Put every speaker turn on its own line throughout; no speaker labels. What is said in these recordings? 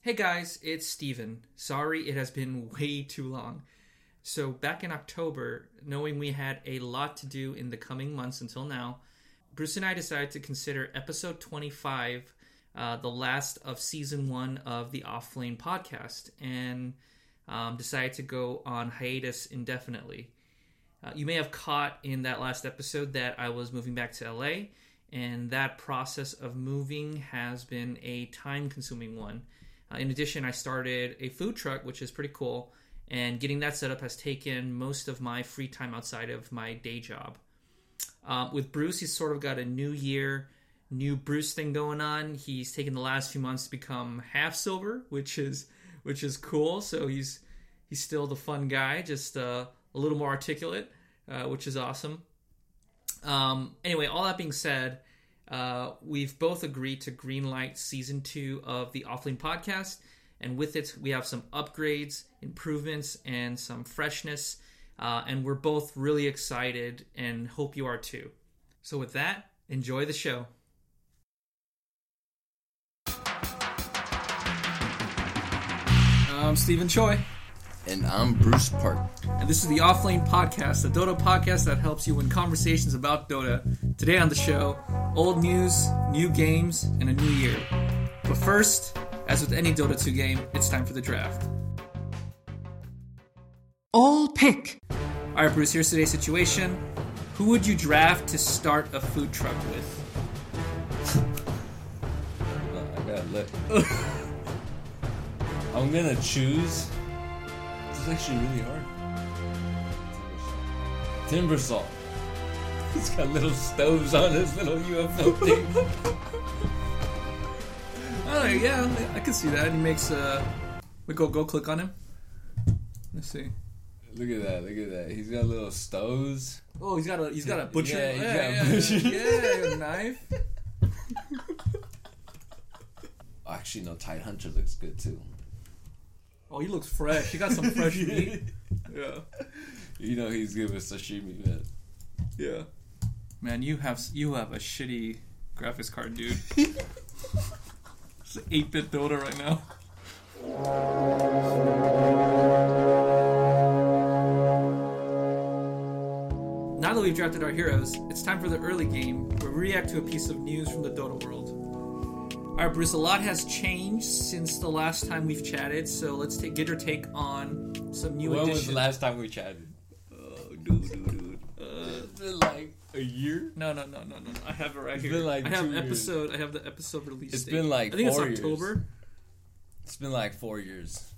Hey guys, it's Steven. Sorry it has been way too long. So, back in October, knowing we had a lot to do in the coming months until now, Bruce and I decided to consider episode 25, uh, the last of season one of the Off Lane podcast, and um, decided to go on hiatus indefinitely. Uh, you may have caught in that last episode that I was moving back to LA, and that process of moving has been a time consuming one. Uh, in addition, I started a food truck, which is pretty cool, and getting that set up has taken most of my free time outside of my day job. Um, with Bruce, he's sort of got a new year, new Bruce thing going on. He's taken the last few months to become half silver, which is which is cool. So he's he's still the fun guy, just uh, a little more articulate, uh, which is awesome. Um, anyway, all that being said, uh, we've both agreed to greenlight season two of the Offline podcast, and with it, we have some upgrades, improvements, and some freshness. Uh, and we're both really excited and hope you are too. So, with that, enjoy the show. I'm Stephen Choi.
And I'm Bruce Park.
And this is the Offlane Podcast, the Dota podcast that helps you in conversations about Dota. Today on the show, old news, new games, and a new year. But first, as with any Dota 2 game, it's time for the draft.
All pick.
All right, Bruce, here's today's situation. Who would you draft to start a food truck with?
Uh, I gotta look. I'm gonna choose. This is actually really hard. Timbersaw. He's got little stoves on his little UFO thing.
Oh, yeah, I can see that. He makes Uh... We go, go click on him. Let's see.
look at that! Look at that! He's got little stoves.
Oh, he's got a he's got a butcher.
Yeah, he's
yeah,
got a butcher.
yeah, a knife.
Actually, no. Tide Hunter looks good too.
Oh, he looks fresh. He got some fresh meat. Yeah,
You know he's good with sashimi, man.
yeah. Man, you have you have a shitty graphics card, dude. it's an eight bit Dota right now. Now that we've drafted our heroes, it's time for the early game, where we react to a piece of news from the Dota world. All right, Bruce, a lot has changed since the last time we've chatted, so let's take, get your take on some new
When was
additions.
the last time we chatted?
Oh, dude, dude, dude. Uh,
It's been like a year.
no, no, no, no, no. I have it right
It's
here.
been like
I have
two years.
episode. I have the episode release.
It's
date.
been like
I think
four
it's
years.
October.
It's been like four years.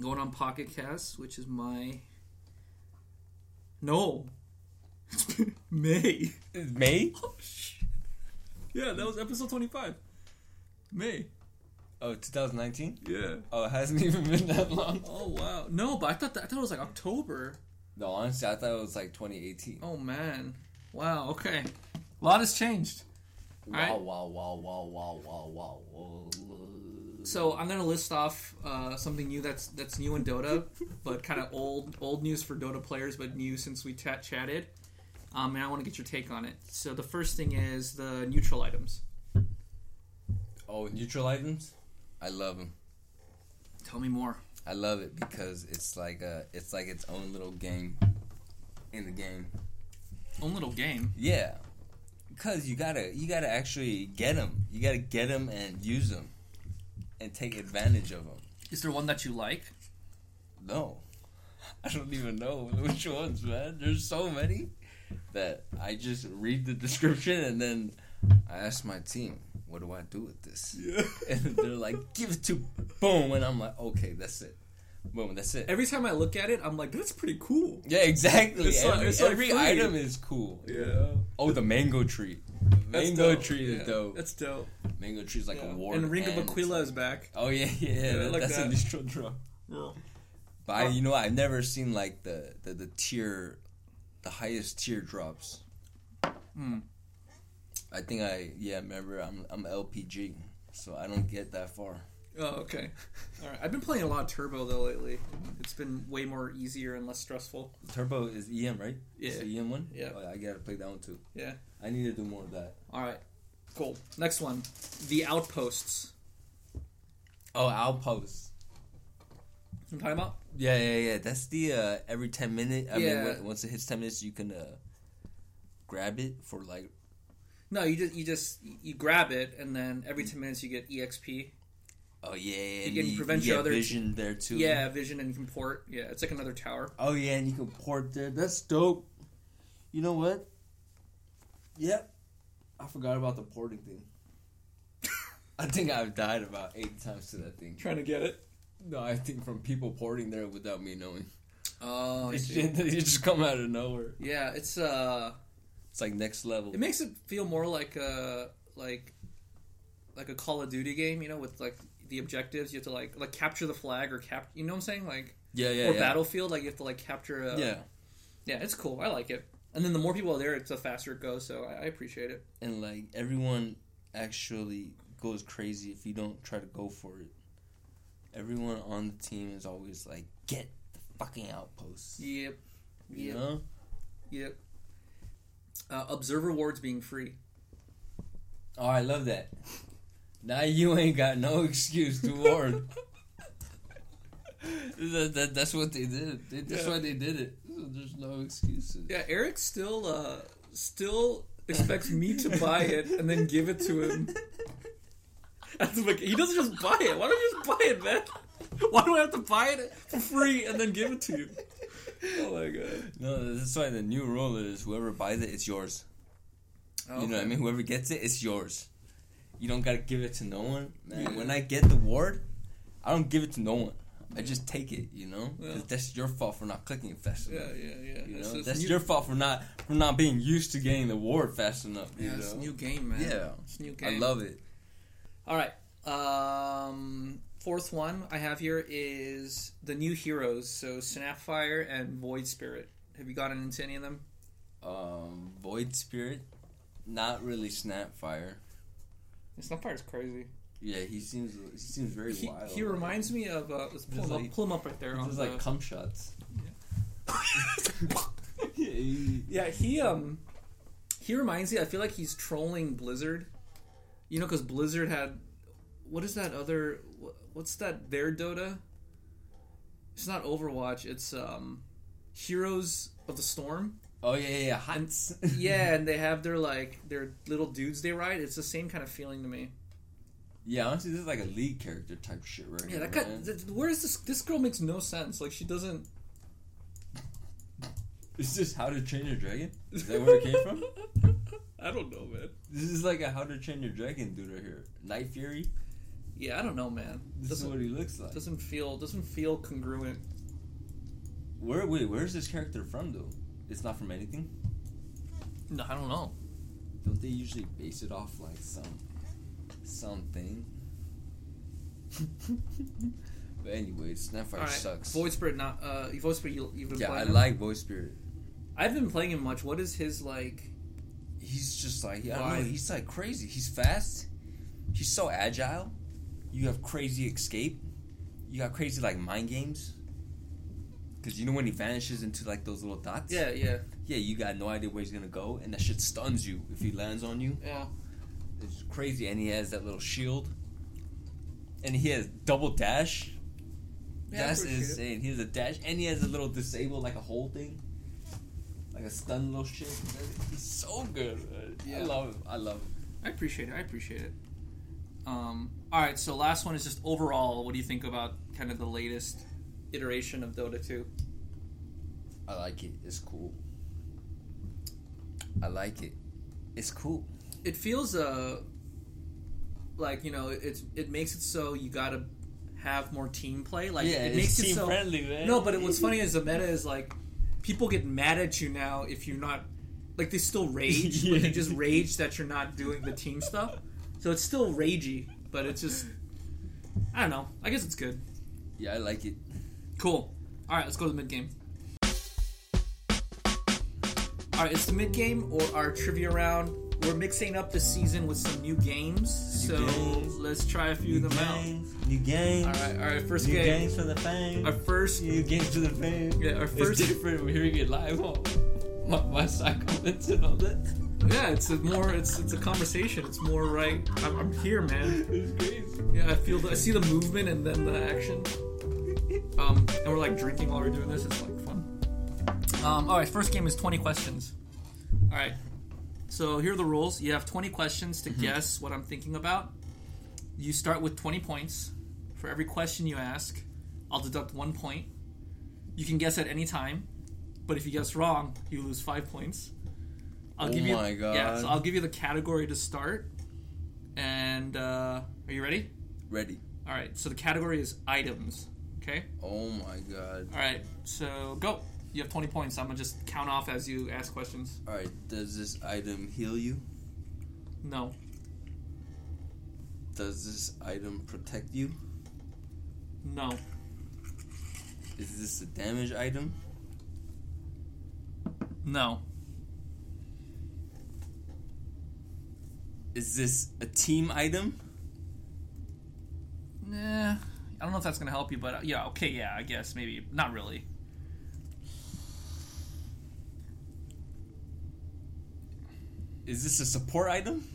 Going on Pocket Cast, which is my. No. It's been May.
It's May?
Oh shit. Yeah, that was episode twenty-five. May.
Oh, 2019.
Yeah.
Oh, it hasn't even been that long.
Oh wow. No, but I thought that, I thought it was like October.
No, honestly, I thought it was like 2018.
Oh man. Wow. Okay. A lot has changed.
Wow,
Alright.
wow, wow, wow, wow, wow, wow, wow.
So I'm gonna list off uh, something new that's that's new in Dota, but kind of old old news for Dota players, but new since we chat chatted. Um, and I want to get your take on it. So the first thing is the neutral items.
Oh, neutral items? I love them.
Tell me more.
I love it because it's like a, it's like its own little game in the game.
Own little game.
Yeah, cause you gotta, you gotta actually get them. You gotta get them and use them, and take advantage of them.
Is there one that you like?
No, I don't even know which ones, man. There's so many that I just read the description and then I ask my team, "What do I do with this?"
Yeah.
and they're like, "Give it to boom," and I'm like, "Okay, that's it, boom, that's it."
Every time I look at it, I'm like, that's pretty cool.
yeah, exactly.
It's like-
every
it's like
every
food.
item is cool. Oh, the mango tree.
That's
Mango
dope.
tree is
Yeah,
dope.
That's dope.
mango tree is like
Yeah.
a war.
and Ring of
ant.
Aquila is back. Oh,
Oh yeah, yeah, yeah.
I
that-
like
that's
that.
a neutral drop. But I, you know, I've never seen like the the, the tier, the highest tier drops.
Hmm.
I think I yeah remember I'm I'm LPG, so I don't get that far.
Oh, okay. All right. I've been playing a lot of Turbo though lately. It's been way more easier and less stressful.
Turbo is EM right? It's
Yeah.
the EM one.
Yeah.
Oh, I gotta play that one too.
Yeah.
I need to do more of that.
All right, cool. Next one, the outposts.
Oh, I'll post.
I'm talking about.
Yeah, yeah, yeah. That's the uh, every ten minutes. I
Yeah.
mean, when- once it hits ten minutes, you can uh, grab it for like.
No, you just you just you grab it, and then every ten minutes you get E exp.
Oh yeah, yeah. and
can prevent
you
your
get
other-
vision there too.
Yeah, vision and can port. Yeah, it's like another tower.
Oh yeah, and you can port there. That's dope. You know what? Yep. I forgot about the porting thing. I think I've died about eight times to that thing.
Trying to get it.
No, I think from people porting there without me knowing.
Oh, I
It's
see.
just, you just come out of nowhere.
yeah. It's uh,
It's like next level.
it makes it feel more like a like like a Call of Duty game, you know, with like the objectives. You have to like like capture the flag or cap. You know what I'm saying? Like
yeah, yeah,
or
yeah.
Battlefield, like you have to like capture. A,
Yeah,
yeah, it's cool. I like it. And then the more people are there, it's the faster it goes. So I, I appreciate it.
and like everyone actually goes crazy if you don't try to go for it. Everyone on the team is always like, "Get the fucking outposts."
Yep.
You
Yep.
know?
Yep. Uh, observe rewards being free.
Oh, I love that. Now you ain't got no excuse to warn. that, that, that's what they did. They- that's
Yeah.
why they did it. There's no excuses.
Yeah, Eric still uh, still expects me to buy it and then give it to him. That's like, he doesn't just buy it. Why don't you just buy it, man? Why do I have to buy it for free and then give it to you? Oh my god.
No, that's why the new rule is whoever buys it, it's yours. You know what I mean? Whoever gets it, it's yours. You don't gotta give it to no one. Man,
Yeah.
When I get the ward, I don't give it to no one. I just take it, you know? 'Cause
Yeah.
That's your fault for not clicking it fast
Yeah,
enough.
yeah, yeah.
You
It's-
know?
it's
That's
new-
your fault for not for not being used to getting the ward fast enough. You
yeah, it's
know?
a new game, man.
Yeah.
It's a new
I
game.
love it.
All right. Um, fourth one I have here is the new heroes. So Snapfire and Void Spirit. Have you gotten into any of them?
Um, Void Spirit, not really Snapfire.
Snapfire's crazy.
Yeah, he seems he seems very
He,
wild.
he reminds me uh, of. Uh, let's pull
Just
him,
like-
up, pull him up right there.
He
On
does
the...
like cum shots. yeah, he-
yeah, he um, he reminds me. I feel like he's trolling Blizzard. You know, because Blizzard had what is that other? wh- What's that? Their Dota. It's not Overwatch. It's um, Heroes of the Storm.
Oh yeah, yeah, yeah. Hans.
yeah, and they have their like their little dudes they ride. It's the same kind of feeling to me.
yeah, honestly, this is like a lead character type shit right
Yeah,
here,
that guy.
man.
Th- where is this? This girl makes no sense. Like she doesn't.
Is this How to Train Your Dragon? Is that where it came from?
I don't know, man.
This is like a How to Train Your Dragon dude right here. Night Fury.
Yeah, I don't know, man.
This is
Doesn't
what he looks like.
doesn't feel doesn't feel congruent.
Where? Wait, where's this character from though? It's not from anything.
No, I don't know.
Don't they usually base it off like some something? but anyway, Snapfire
All right,
sucks.
Void Spirit, not uh, Void Spirit. You, you've been
yeah, I
playing him?
like Void Spirit.
I've been playing him much. What is his like?
He's just like I don't know,
Why?
he's like crazy. He's fast. He's so agile. You have crazy escape. You got crazy like mind games. Cause you know when he vanishes into like those little dots.
Yeah, yeah,
Yeah, you got no idea where he's gonna go, and that shit stuns you if he lands on you.
yeah.
It's crazy, and he has that little shield, and he has double dash.
Yeah, I
That's
appreciate it.
insane. He has a dash, and he has a little disable, like a whole thing, like a stun little shit. He's so good. man. I
Yeah.
love him. I love him.
I appreciate it. I appreciate it. Um, all right, so last one is just overall. What do you think about kind of the latest iteration of Dota 2?
I like it. It's cool. I like it. It's cool.
It feels uh like you know it's it makes it so you gotta have more team play. Like
yeah,
it
it's
makes
team
it so
friendly, man.
no. But it, what's funny is the meta is like people get mad at you now if you're not like they still rage, but they just
Yeah.
rage that you're not doing the team stuff. So it's still ragey, but it's just I don't know. I guess it's good.
Yeah, I like it.
Cool. All right, let's go to the mid game. All right, it's the mid game or our trivia round. We're mixing up this season with some new games,
New
so
games.
let's try a few of them
New games.
out. All right, all right, first
New
game.
games for the fame.
Our first,
New games for the fame.
yeah, our first.
different. We're hearing it live. Oh, my, my side commented on that.
Yeah, it's a more it's it's a conversation. It's more right. I'm, I'm here, man.
It's crazy.
Yeah, I feel the, I see the movement and then the action. Um, and we're like drinking while we're doing this. It's like fun. Um, all right, first game is 20 questions. All right. So here are the rules. You have 20 questions
Mm-hmm.
to guess what I'm thinking about. You start with 20 points. For every question you ask, I'll deduct one point. You can guess at any time, but if you guess wrong, you lose five points. I'll
Oh
give you,
my
Yeah,
God.
so I'll give you the category to start. And uh, are you ready?
Ready.
All right. So the category is items. Okay.
Oh my god.
All right. So go. You have 20 points. I'm gonna just count off as you ask questions.
All right. Does this item heal you?
No.
Does this item protect you?
No.
Is this a damage item?
No.
Is this a team item?
Nah. I don't know if that's gonna help you, but uh, yeah. Okay. Yeah. I guess maybe not really.
Is this a support item?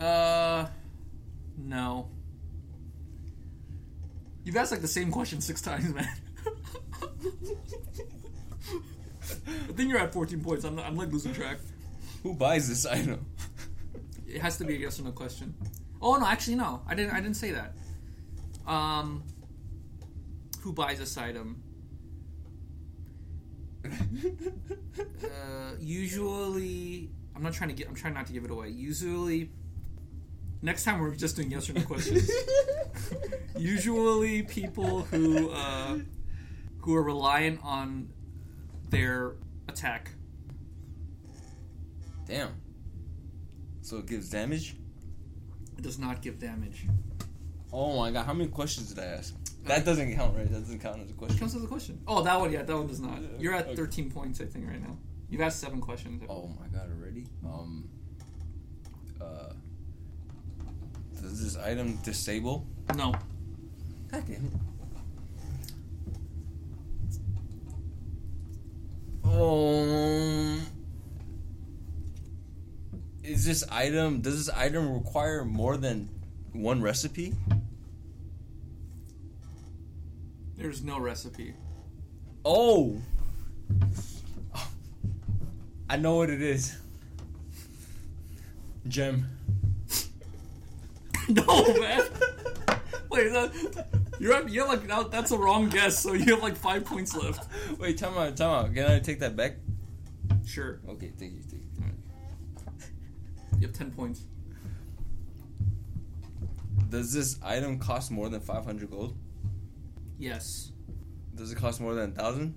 Uh. No. You've asked like the same question six times, man. I think you're at 14 points. I'm, I'm like losing track.
Who buys this item?
It has to be a yes or no question. Oh no, actually no. I didn't I didn't say that. Um who buys this item? Uh, usually I'm not trying to get I'm trying not to give it away. Usually next time we're just doing yes or no questions. usually people who uh, who are reliant on their attack.
Damn. So it gives damage?
It does not give damage.
Oh my god, how many questions did I ask? That doesn't count, right? That doesn't count as a question.
comes to the question. Oh, that one, yeah, that one does not. You're at
Okay.
13 points, I think, right now. You've asked seven questions.
Oh my god, already? Um. Uh. Does this item disable?
No.
God damn it. Um. Is this item. Does this item require more than one recipe?
There's no recipe.
Oh! I know what it is. Gem.
no, man. Wait, that, you're at, you're like now that's a wrong guess. So you have like five points left.
Wait, time out, time out. Can I take that back?
Sure.
Okay, thank you, thank you.
You have 10 points.
Does this item cost more than 500 gold?
Yes.
Does it cost more than a thousand?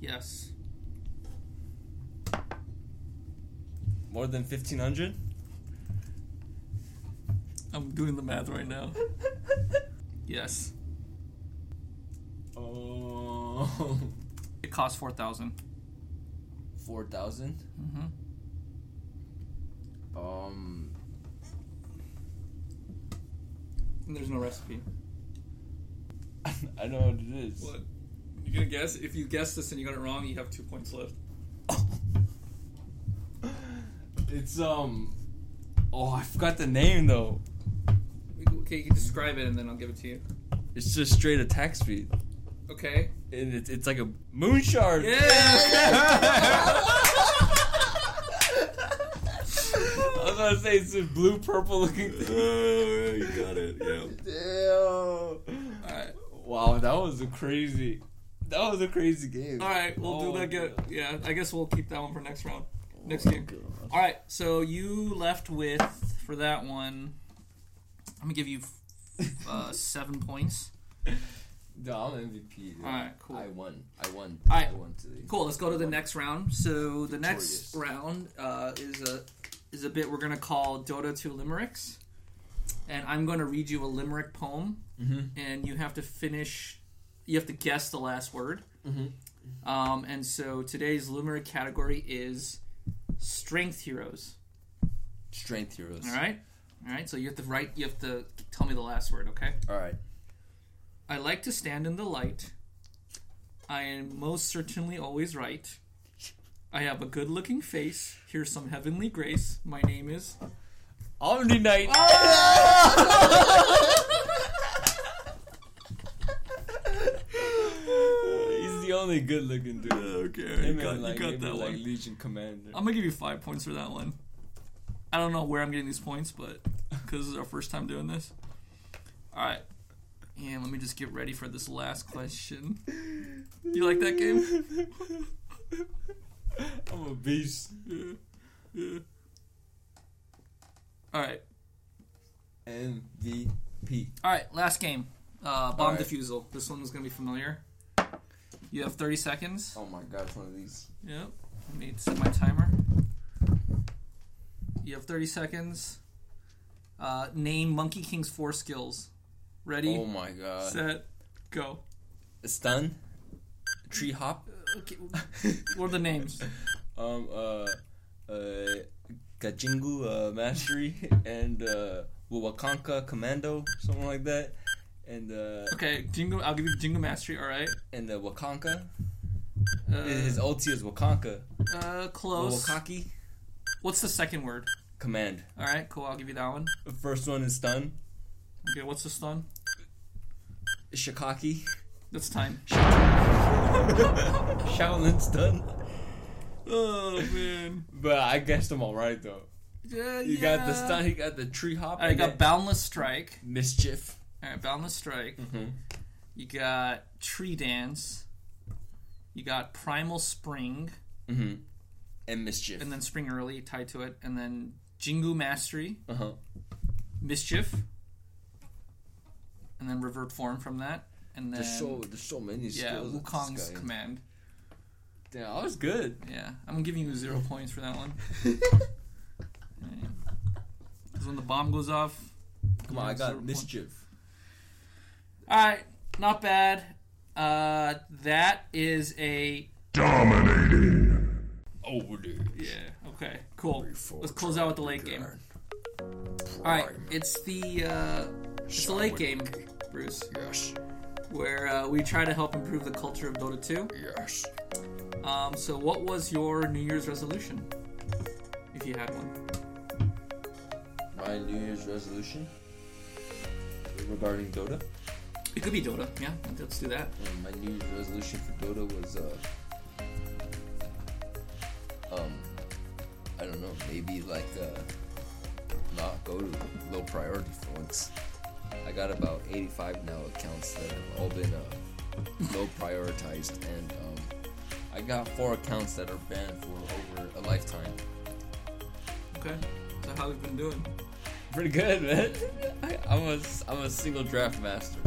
Yes.
More than 1500?
I'm doing the math right now. Yes.
Oh.
It costs 4,000.
4000?
Mm-hmm.
Um.
And there's no recipe.
I know what it is.
What? You're gonna guess? If you guess this and you got it wrong, you have two points left.
It's, um. Oh, I forgot the name though.
Okay, you can describe it and then I'll give it to you.
It's just straight attack speed.
Okay.
And it's, it's like a moon shard.
Yeah!
I was gonna say it's a blue purple looking
Oh, you got it. Yeah.
Damn.
Alright.
Wow, that was a crazy. That was a crazy game.
All right, we'll
Oh,
do that again.
God.
Yeah, I guess we'll keep that one for next round, next game. All right, so you left with for that one. I'm gonna give you uh, seven points.
Dude, I'm MVP. Dude.
All right, cool.
I won. I won.
All right.
I won today.
Cool. Let's go to the next round. So the next
Victorious.
round uh, is a is a bit we're gonna call Dota 2 limericks, and I'm gonna read you a limerick poem,
Mhm.
and you have to finish. You have to guess the last word.
Mhm.
Um, and so today's limerick category is strength heroes.
Strength heroes.
All right. All right. So you have to write. You have to tell me the last word. Okay.
All right.
I like to stand in the light, I am most certainly always right. I have a good looking face. Here's some heavenly grace. My name is.
Omni Knight.
Ah!
He's the only good looking dude.
Okay,
Him and, like, him and, like, Legion Commander.
I'm gonna give you five points for that one. I don't know where I'm getting these points, but because this is our first time doing this. All right, and let me just get ready for this last question. You like that game?
I'm a beast.
All right,
MVP.
all right, last game. Uh, bomb
right.
defusal. This one was gonna be familiar. You have 30 seconds.
Oh my god, it's one of these.
Yep. Let me set my timer. You have 30 seconds. Uh, name Monkey King's four skills. Ready,
Oh my god.
set, go.
Stun. Tree hop.
Okay. What are the names?
Um uh uh Gajingu uh, Mastery and uh Wawakanka Commando, something like that. And uh
Okay, Jingo. I'll give you Jingo Mastery. All right.
and uh, Wakanka. His
Uh,
ulti is Wakanka.
uh, close.
Wakaki.
What's the second word?
Command.
All right, cool. I'll give you that one.
The First one is stun.
Okay, what's the stun?
Shikaki.
That's time.
Shaolin stun.
Oh man.
But I guessed them all right though.
Yeah,
He
yeah.
got the stun, he got the tree hop.
All right, you
and
got
then
Boundless Strike.
mischief.
All right, Boundless Strike.
Mhm.
You got Tree Dance. You got Primal Spring,
Mm-hmm. And mischief.
and then Spring Early tied to it, and then Jingu Mastery,
uh huh.
Mischief, and then Revert Form from that, and then
There's so there's so many
yeah,
skills. with this
Wukong's
guy.
Command.
Damn, I was good.
Yeah, I'm giving you zero points for that one. Because when the bomb goes off,
Come on, I
Yeah, zero
got
point.
mischief.
all right, not bad. Uh, that is a
Over there.
Oh, yeah. Okay, cool.
Before
Let's close out with the late game. All right, it's the uh, it's the late game, Bruce,
Yes.
where uh, we try to help improve the culture of Dota 2.
Yes.
Um, so, what was your New Year's resolution, if you had one?
My New Year's resolution regarding Dota.
It could be Dota. Yeah, let's do that.
Um, my New Year's resolution for Dota was uh um I don't know, maybe like uh not go to low priority for once. I got about 85 now accounts that have all been uh, low prioritized, and um, I got four accounts that are banned for over a lifetime.
Okay. So, how we've been doing?
Pretty good, man. I, I'm a s- I'm a single draft master.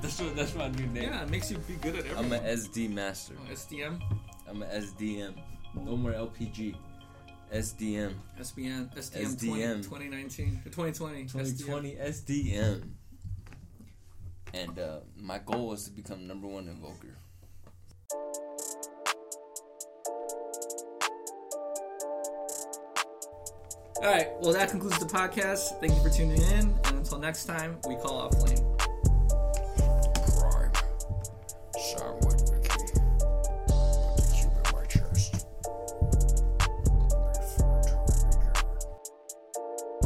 That's what that's my new name.
Yeah, it makes you be good at everything.
I'm an SD master.
Oh, SDM,
I'm an SDM. No more LPG. SDM.
SBN, SDM,
SDM.
20, 2019, 2020,
2020 SDM. And uh, my goal is to become number one invoker.
All right. Well, that concludes the podcast. Thank you for tuning in, and until next time, we call off flame.
Prime. Sam with Mickey. Put the cube in my chest.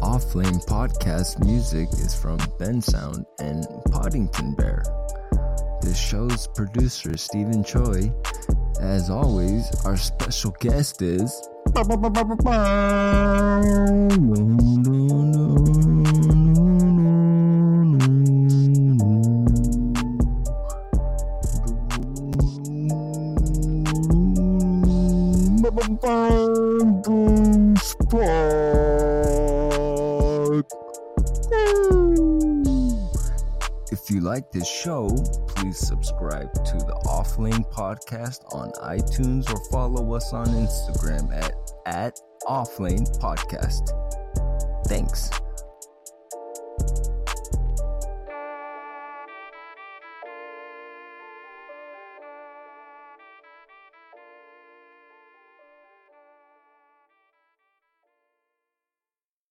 Off Flame podcast music is from Ben Sound and Poddington Bear. The show's producer, Stephen Choi. As always, our special guest is.
If you like this show, please subscribe to the Offlane Podcast on iTunes or follow us on Instagram at, at Offlane Podcast. Thanks.